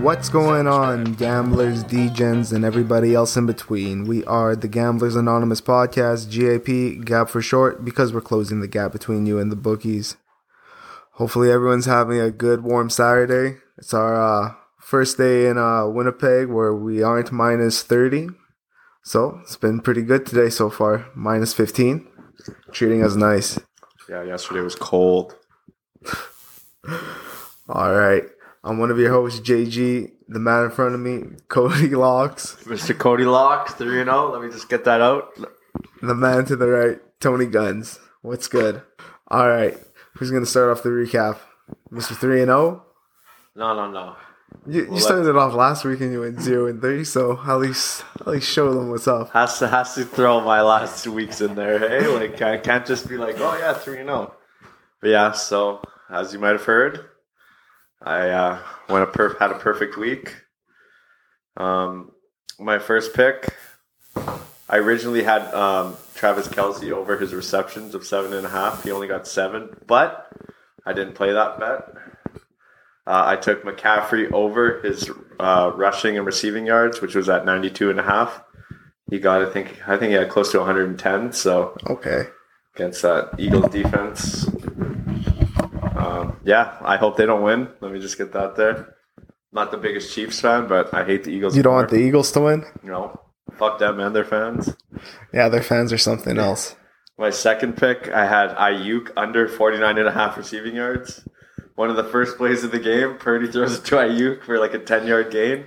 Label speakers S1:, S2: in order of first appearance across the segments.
S1: What's going on, gamblers, degens, and everybody else in between? We are the Gamblers Anonymous Podcast, GAP, GAP for short, because we're closing the gap between you and the bookies. Hopefully, everyone's having a good, warm Saturday. It's our uh, first day in uh, Winnipeg where we aren't minus 30. So, it's been pretty good today so far, minus 15. Treating us nice.
S2: Yeah, yesterday was cold.
S1: All right. I'm one of your hosts, JG, the man in front of me, Cody Locks,
S2: Mr. Cody Locke, 3 0. Let me just get that out.
S1: the man to the right, Tony Guns. What's good? All right. Who's going to start off the recap? Mr. 3 and 0?
S2: No, no, no.
S1: You, you
S2: Well,
S1: started it off last week and you went 0 and 3, so at least at least show them what's up.
S2: Has to, has to throw my last two weeks in there, hey? Like, I can't just be like, oh, yeah, 3 0. But yeah, so as you might have heard, I uh, went a perf- had a perfect week. Um, my first pick, I originally had um, Travis Kelsey over his receptions of seven and a half. He only got seven, but I didn't play that bet. Uh, I took McCaffrey over his uh, rushing and receiving yards, which was at 92 and a half. He got, I think, I think he had close to 110. So
S1: Okay.
S2: against that Eagles defense. Um, yeah, I hope they don't win. Let me just get that there. Not the biggest Chiefs fan, but I hate the Eagles.
S1: You don't
S2: more.
S1: want the Eagles to win?
S2: no. Fuck them and their fans.
S1: Yeah, their fans are something else.
S2: My second pick, I had Ayuk under 49 and a half receiving yards. One of the first plays of the game, Purdy throws it to Ayuk for like a 10 yard gain.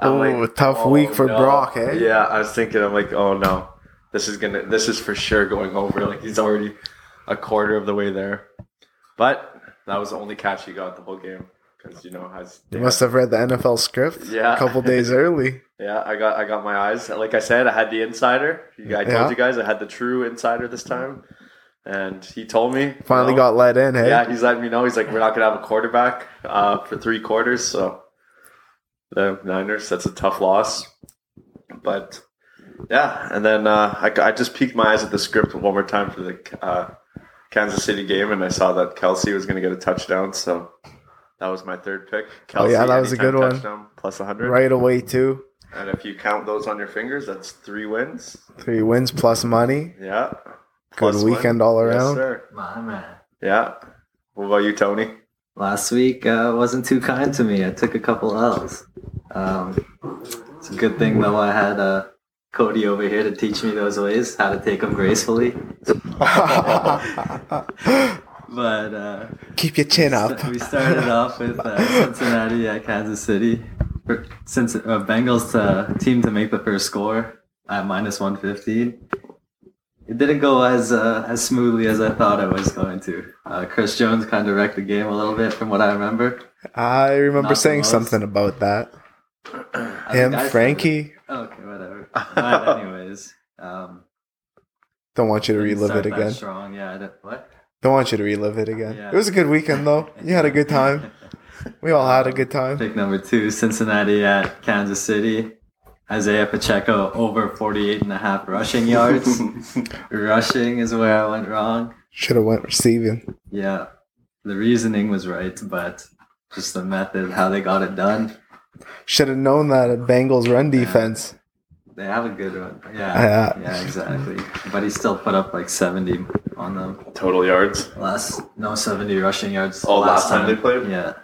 S2: I'm
S1: Oh,
S2: like,
S1: a tough
S2: oh,
S1: week for
S2: no.
S1: Brock, eh?
S2: Yeah, I was thinking, I'm like, oh no, this is gonna, this is for sure going over. Like he's already a quarter of the way there. But that was the only catch he got the whole game because you know has.
S1: You must have read the NFL script
S2: Yeah.
S1: a couple days early.
S2: Yeah, I got I got my eyes. Like I said, I had the insider. You- I told
S1: Yeah.
S2: you guys I had the true insider this time, and he told me
S1: Finally
S2: you know,
S1: got let in, hey?
S2: Yeah, he's letting me know. He's like, we're not gonna have a quarterback uh, for three quarters. So the Niners, that's a tough loss. But yeah, and then uh, I, I just peeked my eyes at the script one more time for the uh, Kansas City game, and I saw that Kelsey was gonna get a touchdown. So that was my third pick. Kelsey,
S1: Oh, yeah, that was a
S2: anytime
S1: good one.
S2: touchdown, Plus 100.
S1: Right away, too.
S2: And if you count those on your fingers, that's three wins.
S1: Three wins plus money.
S2: Yeah.
S1: Good
S2: Plus one.
S1: weekend all around.
S2: Yes, sir.
S3: My man.
S2: Yeah. What about you, Tony?
S3: Last week uh, wasn't too kind to me. I took a couple L's. Um, it's a good thing though I had uh, Cody over here to teach me those ways, how to take them gracefully. But uh,
S1: Keep your chin up.
S3: we started off with uh, Cincinnati at Kansas City. Since uh, Bengals to, team to make the first score at minus one fifteen, it didn't go as uh, as smoothly as I thought it was going to. Uh, Chris Jones kind of wrecked the game a little bit, from what I remember.
S1: I remember
S3: Not the
S1: saying
S3: most.
S1: something about that.
S3: I
S1: Him,
S3: think I said
S1: Frankie.
S3: it. Oh, Okay, whatever. But anyways, um,
S1: Don't want you to
S3: didn't
S1: relive
S3: start
S1: it
S3: that
S1: again.
S3: Strong, yeah. I didn't- what?
S1: Don't want you to relive it again.
S3: Yeah.
S1: It was a good weekend though. You had a good time. We all had a good time.
S3: Pick number two, Cincinnati at Kansas City. Isaiah Pacheco over 48 and a half rushing yards. rushing is where I went wrong.
S1: Should have went receiving.
S3: Yeah, the reasoning was right, but just the method, how they got it done.
S1: Should have known that a Bengals run defense. uh,
S3: They have a good one. Yeah.
S1: Yeah.
S3: Yeah, exactly. But he still put up like 70 on them.
S2: Total yards.
S3: Last, no, 70 rushing yards.
S2: Oh, last time they played?
S3: Yeah.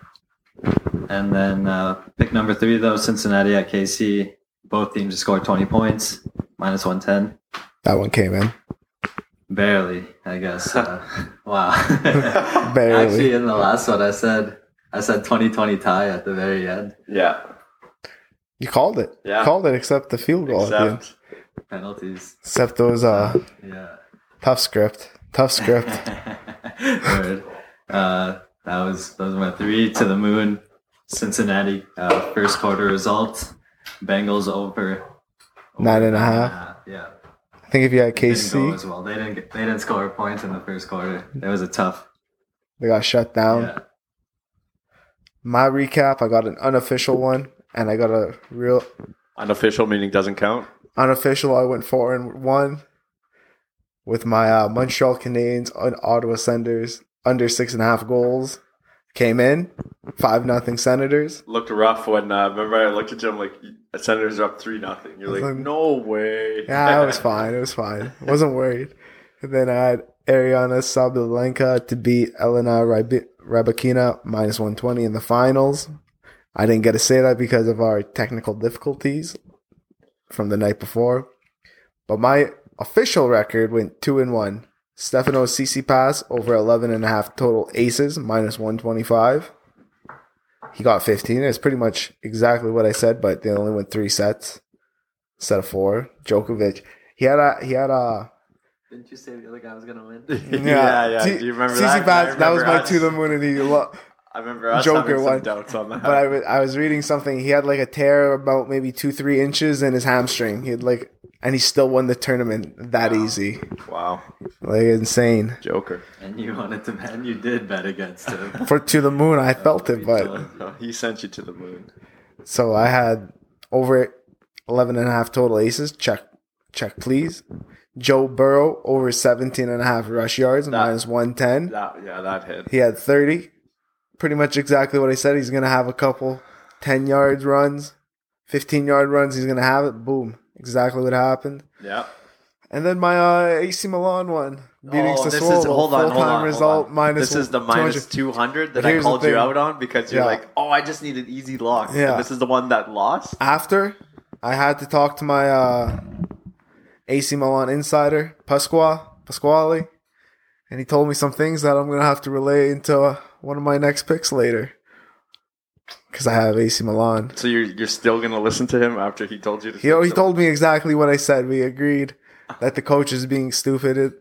S3: And then uh, pick number three, though, Cincinnati at KC. Both teams scored 20 points, minus 110.
S1: That one came in.
S3: Barely, I guess. Uh, wow.
S1: Barely.
S3: Actually, in the last one, I said I said 20-20 tie at the very end.
S2: Yeah.
S1: you called it.
S2: Yeah.
S1: Called it except the field goal except, at the end.
S2: Except
S3: Penalties.
S1: except those uh
S3: Yeah.
S1: tough script. Tough script.
S3: Word. Uh, that was those were my three to the moon. Cincinnati uh, first quarter results. Bengals over.
S1: Nine and a half.
S3: Yeah.
S1: I think if you had
S3: Didn't go
S1: KC,
S3: as well. They didn't. Get, they didn't score points in the first quarter. That was a tough.
S1: they got shut down.
S3: yeah.
S1: My recap, I got an unofficial one and I got a real
S2: Unofficial meaning doesn't count.
S1: unofficial. I went four and one with my uh, Montreal Canadiens and Ottawa Senators under six and a half goals. Came in, five nothing Senators.
S2: Looked rough when uh, remember I looked at you. I'm like, Senators are up three nothing. You're like,
S1: Like-
S2: no way.
S1: Yeah, it was fine. It was fine. Wasn't worried. And then I had Ariana Sabalenka to beat Elena Rybakina minus 120 in the finals. I didn't get to say that because of our technical difficulties from the night before. But my official record went 2 and 1. Stefano CC pass over 11 and a half total aces minus 125. He got 15. It's pretty much exactly what I said, but they only went 3 sets instead of 4. Djokovic he had a he had a
S3: Didn't you say the other guy was gonna win?
S2: yeah, yeah.
S1: T-
S2: Do you remember
S1: CC
S2: that? I
S1: Pass, that was
S2: remember
S1: my
S2: us-
S1: to the moon and he lo-
S2: I remember us
S1: Joker
S2: having some
S1: one.
S2: doubts on that.
S1: but I, wa- I was reading something he had like a tear about maybe two three inches in his hamstring he had like and he still won the tournament that easy
S2: wow,
S1: like insane
S2: Joker.
S3: and you wanted to and you did bet against him.
S1: for to the moon I felt it but
S2: He sent you to the moon.
S1: so I had over 11 and a half total aces check check please Joe Burrow over 17 and a half rush yards minus 110
S2: That yeah, that hit.
S1: He had 30. Pretty much exactly what I said. He's going to have a couple 10 yards runs, 15 yard runs. He's going to have it. Boom. Exactly what happened.
S2: Yeah.
S1: And then my uh, AC Milan one. Beating Sassuolo.
S2: Oh, this is hold on, hold on, hold
S1: Full-time
S2: on.
S1: result minus
S2: This is the
S1: 200.
S2: minus two hundred that
S1: But
S2: I
S1: here's the
S2: called you
S1: thing.
S2: out on because you're
S1: Yeah.
S2: like, oh, I just need an easy lock.
S1: Yeah.
S2: And this is the one that lost.
S1: After, I had to talk to my uh, AC Milan insider, Pasqua, Pasquale. And he told me some things that I'm going to have to relay into uh, one of my next picks later. Because I have AC Milan.
S2: So you're you're still gonna listen to him after he told you to.
S1: He, oh, he told me exactly what I said. We agreed that the coach is being stupid. It,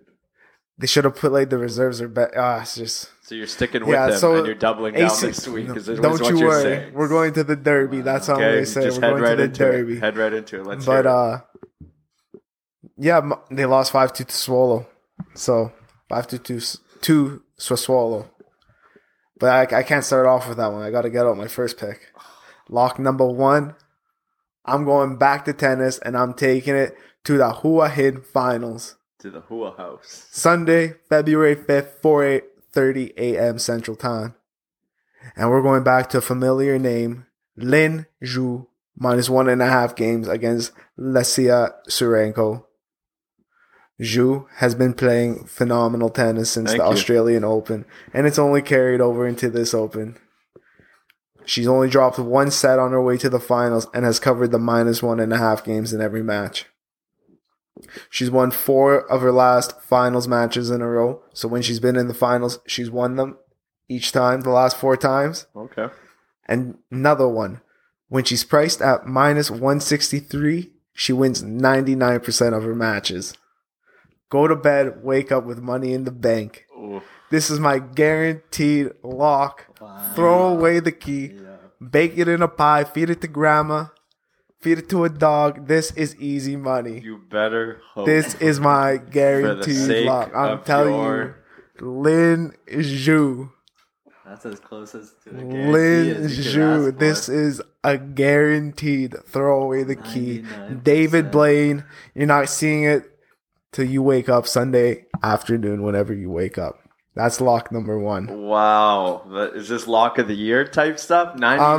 S1: they should have put like the reserves are better. Ah, it's just
S2: So you're sticking with
S1: Yeah,
S2: him
S1: so
S2: and you're doubling down
S1: AC
S2: this week. Is it was
S1: Don't
S2: what
S1: you
S2: you're
S1: worry.
S2: saying.
S1: We're going to the derby. That's all I'm
S2: Okay,
S1: gonna say.
S2: just
S1: We're
S2: head
S1: going
S2: right
S1: to the
S2: into it.
S1: derby.
S2: Head right into it. Let's
S1: But
S2: hear it.
S1: uh, yeah, m- they lost five two to Swallow. So five two two s- two Swallow. But I, I can't start off with that one. I got to get out my first pick. Lock number one. I'm going back to tennis and I'm taking it to the Hua Hin finals.
S2: to the Hua House.
S1: Sunday, February 5th, 4 eight thirty a.m. Central Time. And we're going back to a familiar name, Lin Zhu, minus one and a half games against Lesia Surenko. Zhu has been playing phenomenal tennis since
S2: Thank
S1: the
S2: you.
S1: Australian Open, and it's only carried over into this Open. She's only dropped one set on her way to the finals and has covered the minus one and a half games in every match. She's won four of her last finals matches in a row. So when she's been in the finals, she's won them each time, the last four times.
S2: Okay.
S1: And another one, when she's priced at minus 163, she wins 99% of her matches. Go to bed, wake up with money in the bank.
S2: Ooh.
S1: This is my guaranteed lock.
S3: Wow.
S1: Throw away the key,
S3: Yeah.
S1: bake it in a pie, feed it to grandma, feed it to a dog. This is easy money.
S2: You better hope.
S1: This is my
S2: sake
S1: guaranteed lock. I'm
S2: of
S1: telling
S2: your-
S1: you. Lin Zhu.
S3: That's as close as to the guarantee
S1: Lin
S3: as you could ask for.
S1: Zhu. This is a guaranteed throw away the key.
S3: 99%.
S1: David Blaine, you're not seeing it till you wake up Sunday afternoon, whenever you wake up. That's lock number one.
S2: Wow. That- Is this lock of the year type stuff?
S1: I'm telling you.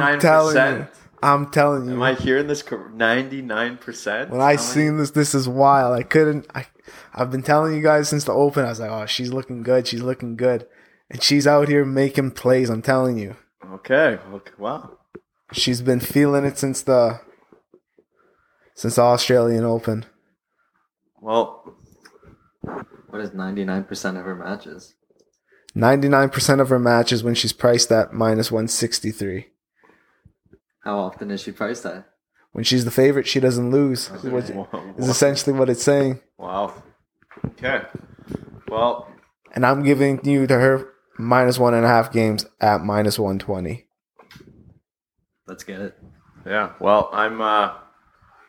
S2: 99%?
S1: I'm telling you.
S2: Am I hearing this cor- 99%?
S1: When I seen this, this is wild. I couldn't. I, I've been telling you guys since the open. I was like, oh, she's looking good. She's looking good, and she's out here making plays. I'm telling you,
S2: Okay. okay. Wow.
S1: she's been feeling it since the since the Australian Open.
S2: Well,
S3: What is ninety nine percent of her matches?
S1: 99% of her matches when she's priced at minus 163.
S3: How often is she priced at?
S1: When she's the favorite, she doesn't lose. Is, what, is essentially what it's saying.
S2: wow. Okay. Well,
S1: And I'm giving you to her minus one and a half games at minus 120.
S3: Let's get it.
S2: yeah. Well, I'm uh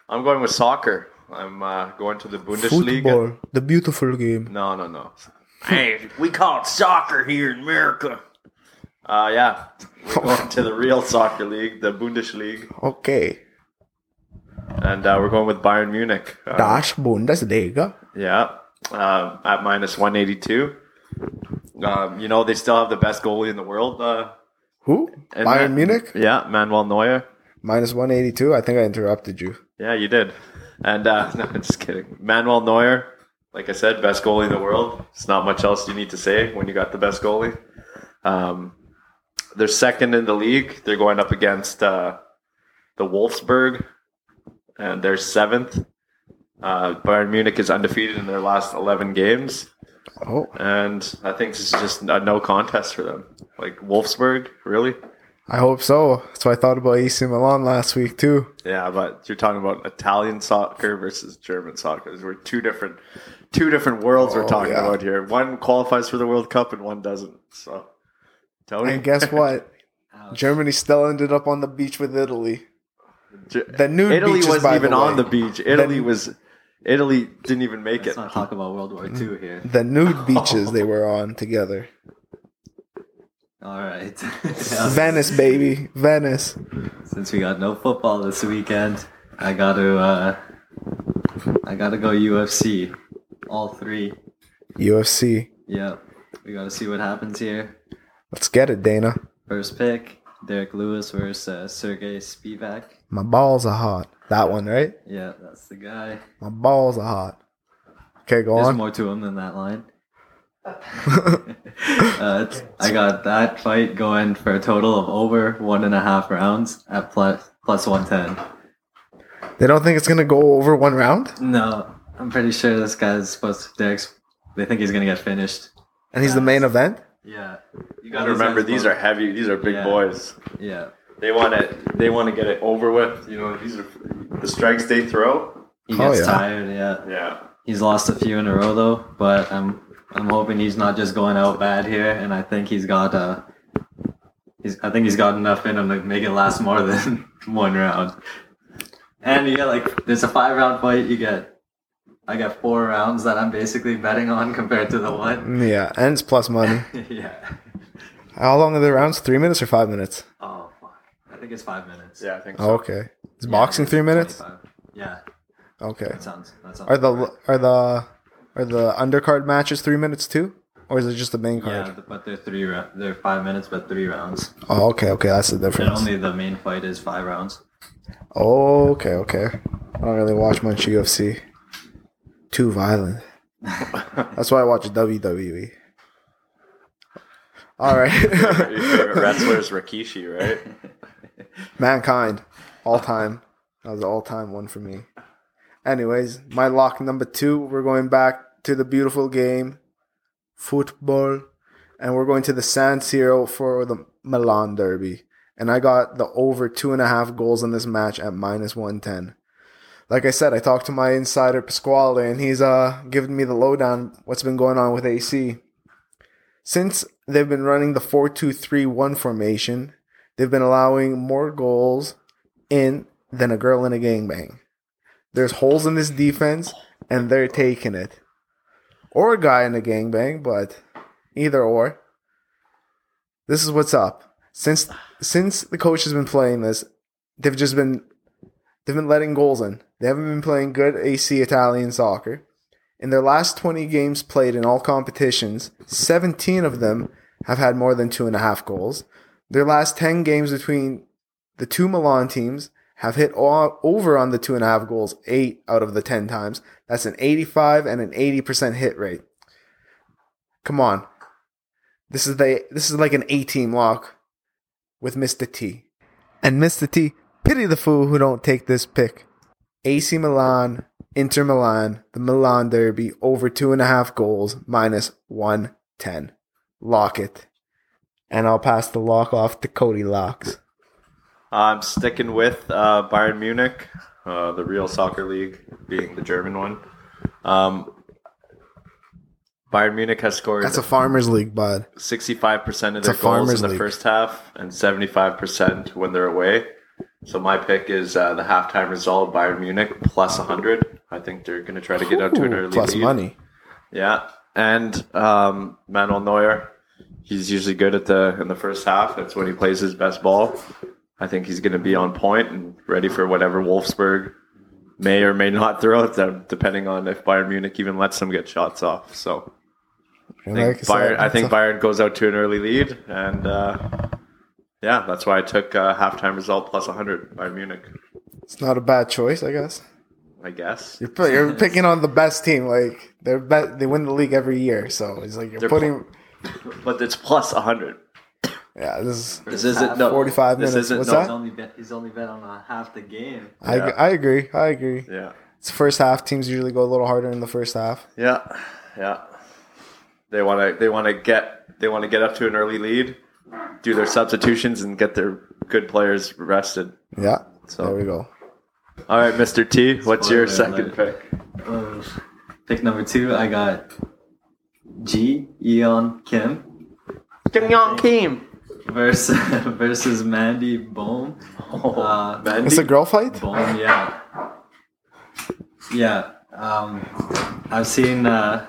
S2: I'm going with soccer. I'm uh going to the Bundesliga.
S1: Football, the beautiful game.
S2: No, no, no. hey, we call it soccer here in America. Uh yeah. We're going to the real soccer league, the Bundesliga,
S1: Okay.
S2: and uh, we're going with Bayern Munich. Uh,
S1: Dash Bundesliga.
S2: Yeah, um, at minus one eighty two. Um, you know they still have the best goalie in the world, uh,
S1: Who?
S2: Isn't
S1: Bayern
S2: it?
S1: Munich?
S2: Yeah, Manuel Neuer.
S1: Minus 182. I think I interrupted you.
S2: Yeah, you did. And uh, no, just kidding. Manuel Neuer, like I said, best goalie in the world. It's not much else you need to say when you got the best goalie. Um, they're second in the league. They're going up against uh, the Wolfsburg, and they're seventh. Uh, Bayern Munich is undefeated in their last 11 games,
S1: Oh,
S2: and I think this is just a no contest for them. Like Wolfsburg, really?
S1: I hope so. That's what I thought about AC Milan last week, too.
S2: Yeah, but you're talking about Italian soccer versus German soccer. We're two different, two different worlds we're
S1: Oh,
S2: talking
S1: yeah.
S2: about here. One qualifies for the World Cup and one doesn't. So, Tony,
S1: And guess what?
S3: Ouch.
S1: Germany still ended up on the beach with Italy.
S2: Ge-
S1: The nude
S2: Italy
S1: beaches,
S2: wasn't
S1: by
S2: even
S1: the way.
S2: on the beach. Italy was, Italy didn't even make
S3: Let's
S2: it.
S3: not talk about World War
S1: Mm.
S3: II here.
S1: The nude beaches they were on together.
S3: All right.
S1: Venice, baby. Venice.
S3: Since we got no football this weekend, I got to uh, I got to go UFC. All three.
S1: UFC.
S3: Yep. We got to see what happens here.
S1: Let's get it, Dana.
S3: First pick: Derek Lewis versus uh, Sergey Spivak.
S1: My balls are hot. That one, right?
S3: Yeah, that's the guy.
S1: My balls are hot. Okay, go
S3: There's
S1: on.
S3: more to him than that line. uh, it's- I got that fight going for a total of over one and a half rounds at plus plus one ten.
S1: They don't think it's gonna go over one round,
S3: No, I'm pretty sure this guy's supposed to. Derek's, they think he's gonna get finished.
S1: and he's the main event.
S3: Yeah, you
S2: Got to remember, these are heavy. These are big
S3: Yeah.
S2: boys.
S3: yeah.
S2: They want to, they want to get it over with. You know, these are the strikes they throw.
S3: He
S1: Oh,
S3: gets
S1: yeah.
S3: tired. Yeah,
S2: Yeah,
S3: he's lost a few in a row though, but I'm I'm hoping he's not just going out bad here, and I think he's got uh, he's I think he's got enough in him to make it last more than one round. And you get like there's a five round fight. You get I got four rounds that I'm basically betting on compared to the one.
S1: Yeah, and it's plus money.
S3: yeah.
S1: How long are the rounds? Three minutes or five minutes?
S3: Oh fuck! I think it's five minutes.
S2: yeah. I think so.
S1: Oh, okay. Is boxing
S3: Yeah,
S1: three minutes?
S3: 25. Yeah,
S1: Okay.
S3: that sounds. That sounds
S1: Are the
S3: correct.
S1: are the are the undercard matches three minutes too, or is it just the main
S3: yeah,
S1: card?
S3: th- but they're three. Ra- they're five minutes, but three rounds.
S1: Oh, okay, okay, that's the
S3: And
S1: difference.
S3: only the main fight is five rounds.
S1: Oh, Okay, okay. I don't really watch much UFC. Too violent. That's why I watch WWE. All
S2: Your
S1: right.
S2: favorite wrestler is Rikishi, right?
S1: Mankind, all time. That was the all time one for me. Anyways, my lock number two, we're going back to the beautiful game, football, and we're going to the San Siro for the Milan Derby. And I got the over two and a half goals in this match at minus 110. Like I said, I talked to my insider Pasquale, and he's uh giving me the lowdown what's been going on with AC. Since they've been running the 4 2 3 1 formation, They've been allowing more goals in than a girl in a gangbang. There's holes in this defense, and they're taking it. Or a guy in a gangbang, but either or. This is what's up. Since since the coach has been playing this, they've just been they've been letting goals in. They haven't been playing good AC Italian soccer. In their last 20 games played in all competitions, 17 of them have had more than two and a half goals. Their last 10 games between the two Milan teams have hit all, over on the two and a half goals eight out of the 10 times. That's an 85 and an 80% hit rate. Come on. This is the this is like an A team lock with Mr. T. And Mr. T, pity the fool who don't take this pick. AC Milan, Inter Milan, the Milan Derby, over two and a half goals, minus 110. Lock it. And I'll pass the lock off to Cody Locks.
S2: I'm sticking with uh, Bayern Munich, uh, the real soccer league, being the German one. Um, Bayern Munich has scored
S1: That's a farmers league, bud.
S2: 65% of
S1: a
S2: their goals
S1: farmers
S2: in the
S1: league.
S2: first half and 75% when they're away. So my pick is uh, the halftime result Bayern Munich plus 100. I think they're going to try to get out to an
S1: Ooh,
S2: early
S1: plus
S2: lead.
S1: money.
S2: Yeah, and um, Manuel Neuer, he's usually good at the in the first half. That's when he plays his best ball. I think he's going to be on point and ready for whatever Wolfsburg may or may not throw at them, depending on if Bayern Munich even lets them get shots off. So
S1: And
S2: I think
S1: like I said,
S2: Bayern, I
S1: that's
S2: think
S1: a-
S2: Bayern goes out to an early lead, and uh, Yeah, that's why I took uh, halftime result plus 100 by Munich,
S1: It's not a bad choice, I guess.
S2: I guess.
S1: You're, pu- you're picking on the best team. Like they're be- they win the league every year, so it's like you're
S2: They're
S1: putting.
S2: But it's plus 100.
S1: yeah, this is
S2: This isn't no,
S1: 45
S2: this
S1: minutes.
S2: Isn't,
S1: What's
S2: no,
S1: that?
S3: He's only bet, he's only bet on uh, half the game.
S1: I,
S2: Yeah.
S1: I agree. I agree.
S2: Yeah,
S1: It's first half. Teams usually go a little harder in the first half.
S2: yeah, yeah. They want to. They want to get. They want to get up to an early lead, do their substitutions, and get their good players rested.
S1: Yeah.
S2: So-
S1: there we go.
S2: All right, Mr. T, what's your
S3: Spoiler
S2: second
S3: alert.
S2: pick?
S3: Uh, pick number two, I got G Eon Kim
S2: Kim Yong Kim.
S3: versus versus Mandy Bohm.
S1: Oh,
S3: Uh, Mandy
S1: It's a girl fight.
S3: Bohm, yeah, yeah. Um, I've seen. Uh,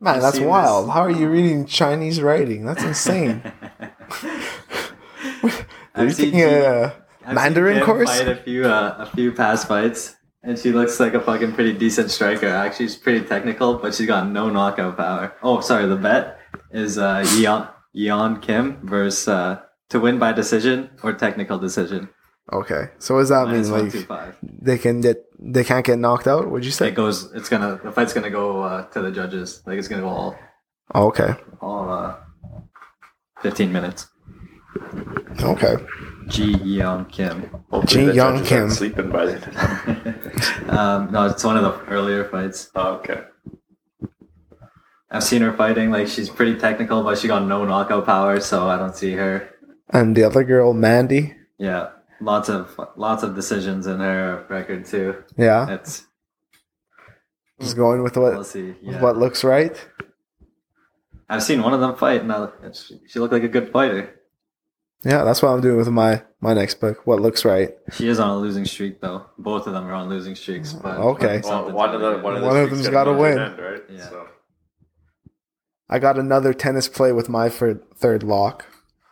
S1: Man,
S3: I've
S1: that's
S3: seen this.
S1: wild. How are you reading Chinese writing? That's insane. Are you
S3: I've seen
S1: taking
S3: G-
S1: a
S3: I've
S1: Mandarin
S3: seen Kim
S1: course?
S3: Fight a few uh, a few past fights, and she looks like a fucking pretty decent striker. Actually, she's pretty technical, but she's got no knockout power. Oh, sorry. The bet is uh, Yeon Yeon Kim versus uh, to win by decision or technical decision.
S1: Okay. So what does that
S3: Minus
S1: mean?
S3: one two
S1: Like
S3: five.
S1: they can get they can't get knocked out? Would you
S3: It
S1: say?
S3: goes. It's gonna. The fight's gonna go uh, to the judges. Like it's gonna go all
S1: Oh, okay.
S3: all uh, fifteen minutes.
S1: Okay.
S3: Ji Yeon Kim.
S2: Hopefully
S1: Jin
S2: the
S1: Young
S2: judges aren't
S1: Kim.
S2: Sleeping by the end.
S3: um, no, it's one of the earlier fights.
S2: Oh, okay.
S3: I've seen her fighting. Like she's pretty technical, but she got no knockout power, so I don't see her.
S1: And the other girl, Mandy.
S3: Yeah, lots of lots of decisions in her record too.
S1: Yeah.
S3: It's
S1: Just going with what
S3: we'll see. Yeah.
S1: what looks right.
S3: I've seen one of them fight, and I, she, she looked like a good fighter.
S1: Yeah, that's what I'm doing with my my next book. What looks right.
S3: She is on a losing streak though. Both of them are on losing streaks. But
S1: Mm, Okay.
S2: Well,
S3: something's
S2: one of the
S3: happening.
S2: one of, the
S1: One of
S2: streaks
S1: them's
S2: gotta
S1: gotta
S2: to an end, right?
S3: Yeah.
S2: So
S1: I got another tennis play with my fir- third lock.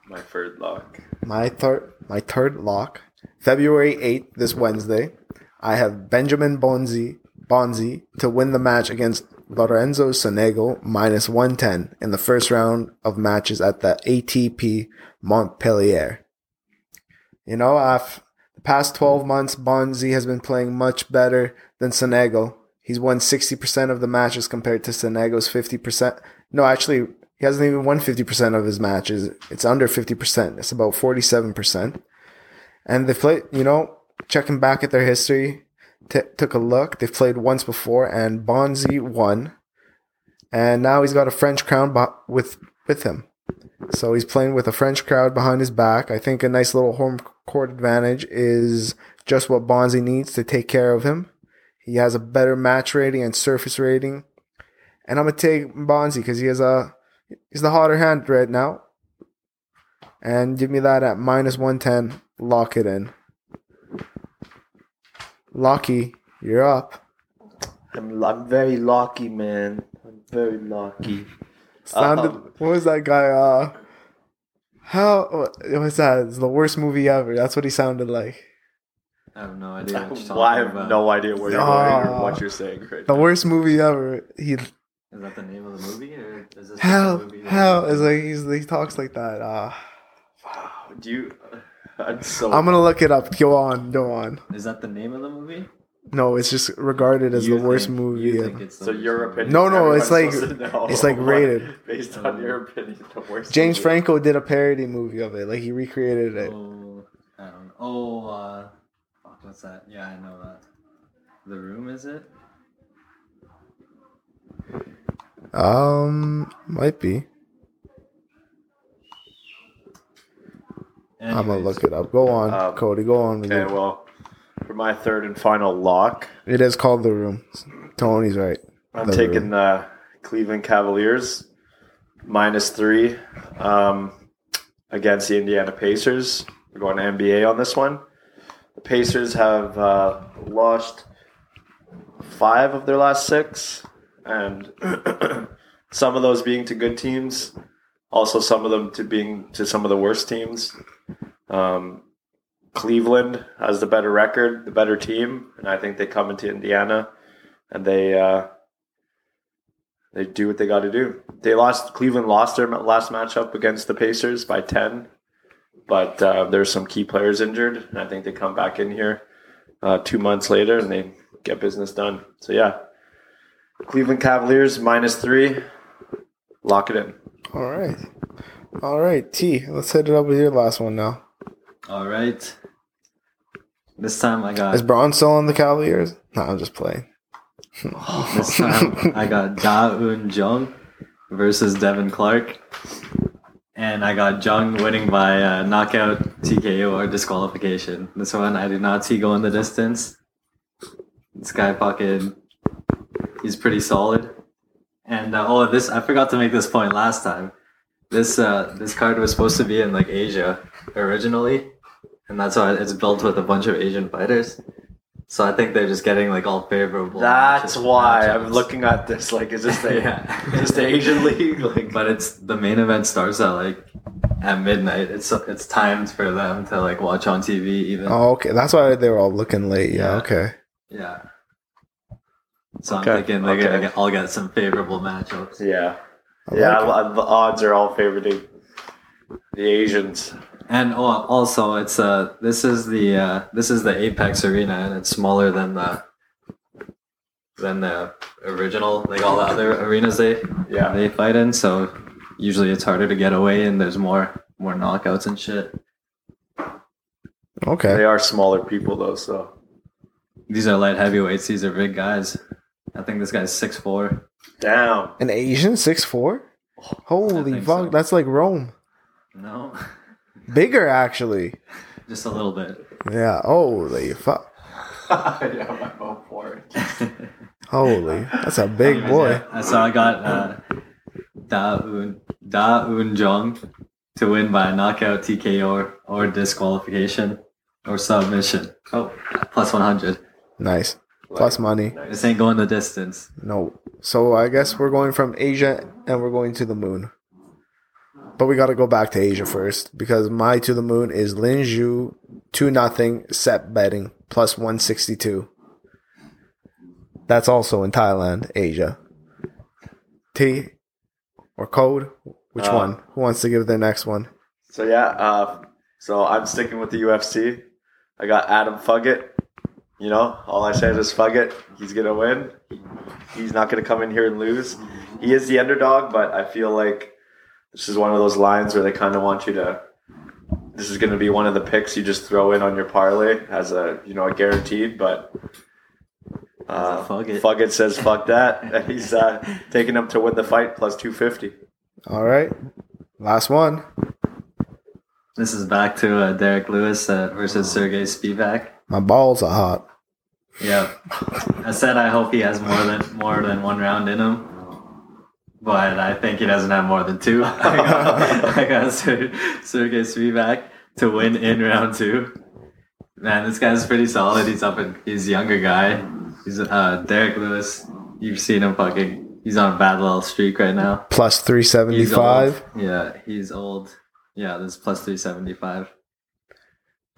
S2: my third lock.
S1: My third my third lock. February 8th, this Wednesday, I have Benjamin Bonzi Bonzi to win the match against Lorenzo Sonego minus 110 in the first round of matches at the ATP Montpellier. You know, I've, the past 12 months, Bonzi has been playing much better than Sonego. He's won 60% of the matches compared to Sonego's 50%. No, actually, he hasn't even won 50% of his matches. It's under 50%. It's about 47%. And they played, you know, checking back at their history, t- took a look. They've played once before, and Bonzi won. And now he's got a French crown beh- with with him. So he's playing with a French crowd behind his back. I think a nice little home court advantage is just what Bonzi needs to take care of him. He has a better match rating and surface rating. And I'm gonna take Bonzi because he has a he's the hotter hand right now. And give me that at minus one ten. Lock it in. Locky, you're up.
S2: I'm I'm very lucky, man. I'm very lucky.
S1: Sounded,
S3: Uh-huh.
S2: Um,
S1: what was that guy? Uh, how what- what's that? It's the worst movie ever. That's what he sounded like.
S3: I have no idea. What you're
S2: Well, I
S3: talking
S2: have
S3: about.
S2: no idea where you're going or
S1: Ah.
S2: what you're saying right
S1: The
S2: now.
S1: worst movie ever. He
S3: Is that the name of the movie, or is this
S1: how
S3: just a movie?
S1: how is like he's, he talks like that. Uh,
S2: Do you? I'm so.
S1: I'm gonna look it up. Go on, go on.
S3: Is that the name of the movie?
S1: No, it's just regarded as
S3: You
S1: the worst
S3: think-
S1: movie.
S3: You
S1: ever.
S3: think it's the
S2: so
S3: worst
S2: your
S3: movie.
S2: opinion?
S1: No, no, it's
S2: everyone's
S1: like-
S2: supposed to know
S1: it's like
S2: what-
S1: rated.
S2: based on your opinion. The worst.
S1: James
S2: movie.
S1: Franco did a parody movie of it. Like he recreated it.
S3: Oh, I don't know. Oh, uh, fuck, what's that? Yeah, I know that. The room, is it?
S1: Um, might be. I'm gonna
S3: Anyways,
S1: look it up. Go on,
S2: Um,
S1: Cody. Go on. With
S2: Okay,
S1: it.
S2: well, for my third and final lock,
S1: it is called the room. Tony's right.
S2: I'm
S1: The
S2: taking
S1: Room.
S2: the Cleveland Cavaliers minus three um, against the Indiana Pacers. We're going to NBA on this one. The Pacers have uh, lost five of their last six, and some of those being to good teams, also some of them to being to some of the worst teams. Um, Cleveland has the better record, the better team, and I think they come into Indiana and they uh, they do what they got to do. They lost. Cleveland lost their ma- last matchup against the Pacers by ten. but uh, there's some key players injured, and I think they come back in here uh, two months later and they get business done. So yeah, Cleveland Cavaliers minus three, lock it in.
S1: All right. All right, T, let's hit it up with your last one now.
S3: All right. This time I got
S1: Is Braun still on the Cavaliers? No, I'm just playing.
S3: this time I got Da Eun Jung versus Devin Clark, and I got Jung winning by uh, knockout, TKO, or disqualification. This one I did not see going the distance. This guy fucking, he's pretty solid. And uh, oh, this I forgot to make this point last time. This uh, this card was supposed to be in like Asia originally, and that's why it's built with a bunch of Asian fighters. So I think they're just getting like all favorable.
S2: That's
S3: matches-
S2: why I'm
S3: matchups.
S2: looking at this. Like, is this the
S3: Yeah.
S2: is this the Asian League? Like,
S3: But it's the main event starts at like at midnight. It's it's timed for them to like watch on TV. Even
S1: Oh, okay. That's why they were all looking late. Yeah,
S3: Yeah.
S1: okay.
S3: yeah. So
S2: Okay,
S3: I'm thinking they're gonna
S2: okay.
S3: get, all get some favorable matchups.
S2: yeah,
S1: I
S2: yeah.
S1: like
S2: the odds are all favoring the Asians.
S3: And oh, also it's uh this is the uh this is the Apex Arena and it's smaller than the than the original like all the other arenas they
S2: Yeah,
S3: they fight in. So usually it's harder to get away and there's more more knockouts and shit.
S1: it. Okay.
S2: they are smaller people though, so
S3: These are light heavyweights. These are big guys. I think this guy's six four.
S2: damn.
S1: An Asian six four?
S3: Oh,
S1: Holy
S3: think
S1: fuck,
S3: so.
S1: that's like Rome.
S3: No,
S1: Bigger actually.
S3: just a little bit.
S1: Yeah. Holy fuck.
S2: yeah, my vote for it.
S1: Holy. That's a big
S3: Anyways,
S1: boy.
S3: yeah, So I got uh, Da Un Da Un Jong to win by knockout, TKO, or, or disqualification or submission. Oh, plus one hundred.
S1: Nice. Plus money.
S3: This ain't going the distance.
S1: No. So I guess we're going from Asia and we're going to the moon. But we got to go back to Asia first because my to the moon is Lin Zhu 2 nothing set betting plus 162. That's also in Thailand, Asia. T or code? Which
S2: Uh,
S1: one? Who wants to give their next one?
S2: So yeah, uh, so I'm sticking with the UFC. I got Adam Fuggett. You know, all I said is Fuggett. He's gonna win. He's not gonna come in here and lose. He is the underdog, but I feel like this is one of those lines where they kind of want you to. This is gonna be one of the picks you just throw in on your parlay as a you know a guaranteed, but. Uh,
S3: Fuggett.
S2: Fuggett says fuck that. And he's uh, taking him to win the fight plus 250.
S1: All right. Last one.
S3: This is back to uh, Derek Lewis uh, versus Sergey Spivak.
S1: My balls are hot.
S3: Yeah, I said I hope he has more than more than one round in him, but I think he doesn't have more than two. I got, I got Ser- Sergey Spivak to win in round two. Man, this guy's pretty solid. He's up and he's a younger guy. He's uh, Derek Lewis. You've seen him fucking. He's on a bad little streak right now.
S1: Plus
S3: He's
S1: 375.
S3: old. Yeah, he's old. Yeah, this is plus three seventy five.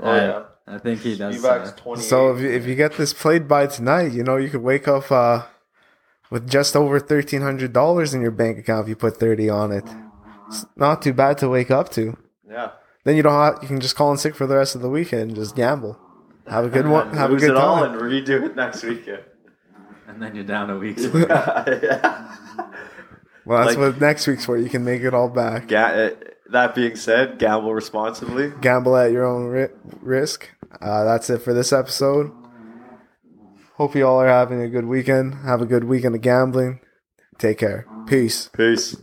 S2: Oh, yeah.
S3: I think he does. uh,
S1: So if you, if you get this played by tonight, you know you could wake up uh, with just over thirteen hundred dollars in your bank account if you put thirty on it. It's not too bad to wake up to.
S2: yeah.
S1: Then you don't have, you can just call in sick for the rest of the weekend and just gamble. Have a good one.
S2: And
S1: Have a
S2: lose
S1: good
S2: it all
S1: time.
S2: and redo it next weekend.
S3: and then you're down a week.
S2: yeah.
S1: Well, that's
S2: like-
S1: what next week's for. You can make it all back.
S2: Ga- uh, that being said, gamble responsibly.
S1: Gamble at your own ri- risk. Uh, that's it for this episode. Hope you all are having a good weekend. Have a good weekend of gambling. Take care. Peace.
S2: Peace.